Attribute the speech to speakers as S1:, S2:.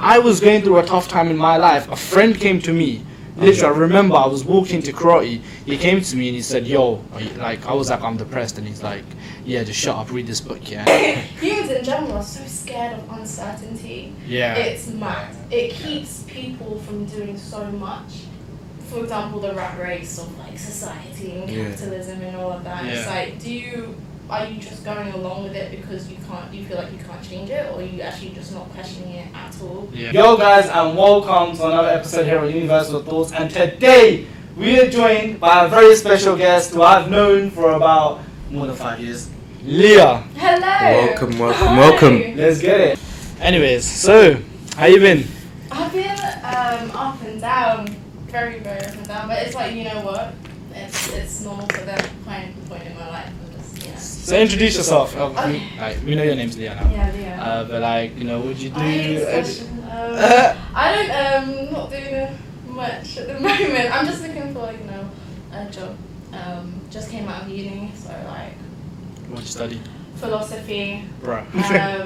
S1: I was going through a tough time in my life, a friend came to me. Literally, I remember I was walking to karate. He came to me and he said, "Yo," like I was like, "I'm depressed," and he's like, "Yeah, just shut up, read this book, yeah."
S2: Humans in general are so scared of uncertainty.
S1: Yeah.
S2: It's mad. It keeps people from doing so much. For example, the rat race of like society and
S3: Yeah.
S2: capitalism and all of that. It's
S1: Yeah.
S2: like, do you are you just going along with it because you can't? You feel like you can't change it, or are you actually just not questioning it at all?
S1: yeah. Yo, guys, and welcome to another episode here on Universal Thoughts. And today we are joined by a very special guest who I've known for about more than five years, Leah.
S2: Hello.
S3: Welcome, welcome,
S2: Hi.
S3: welcome.
S1: Let's get it. Anyways, so how you been?
S2: I've been um, up and down, very very up and down, but it's like you know what? It's it's normal for that kind of point in my life. I'm just, yeah.
S1: So introduce yourself. Oh, we,
S2: Okay.
S1: like, we know your name's Leah now.
S2: Yeah, yeah.
S1: Uh, but like, you know, what you do?
S2: I, um, I don't um not doing much at the moment. I'm just looking for you know a job. Um, just came out of uni, so like
S1: what you study,
S2: philosophy.
S1: bro?
S2: Um,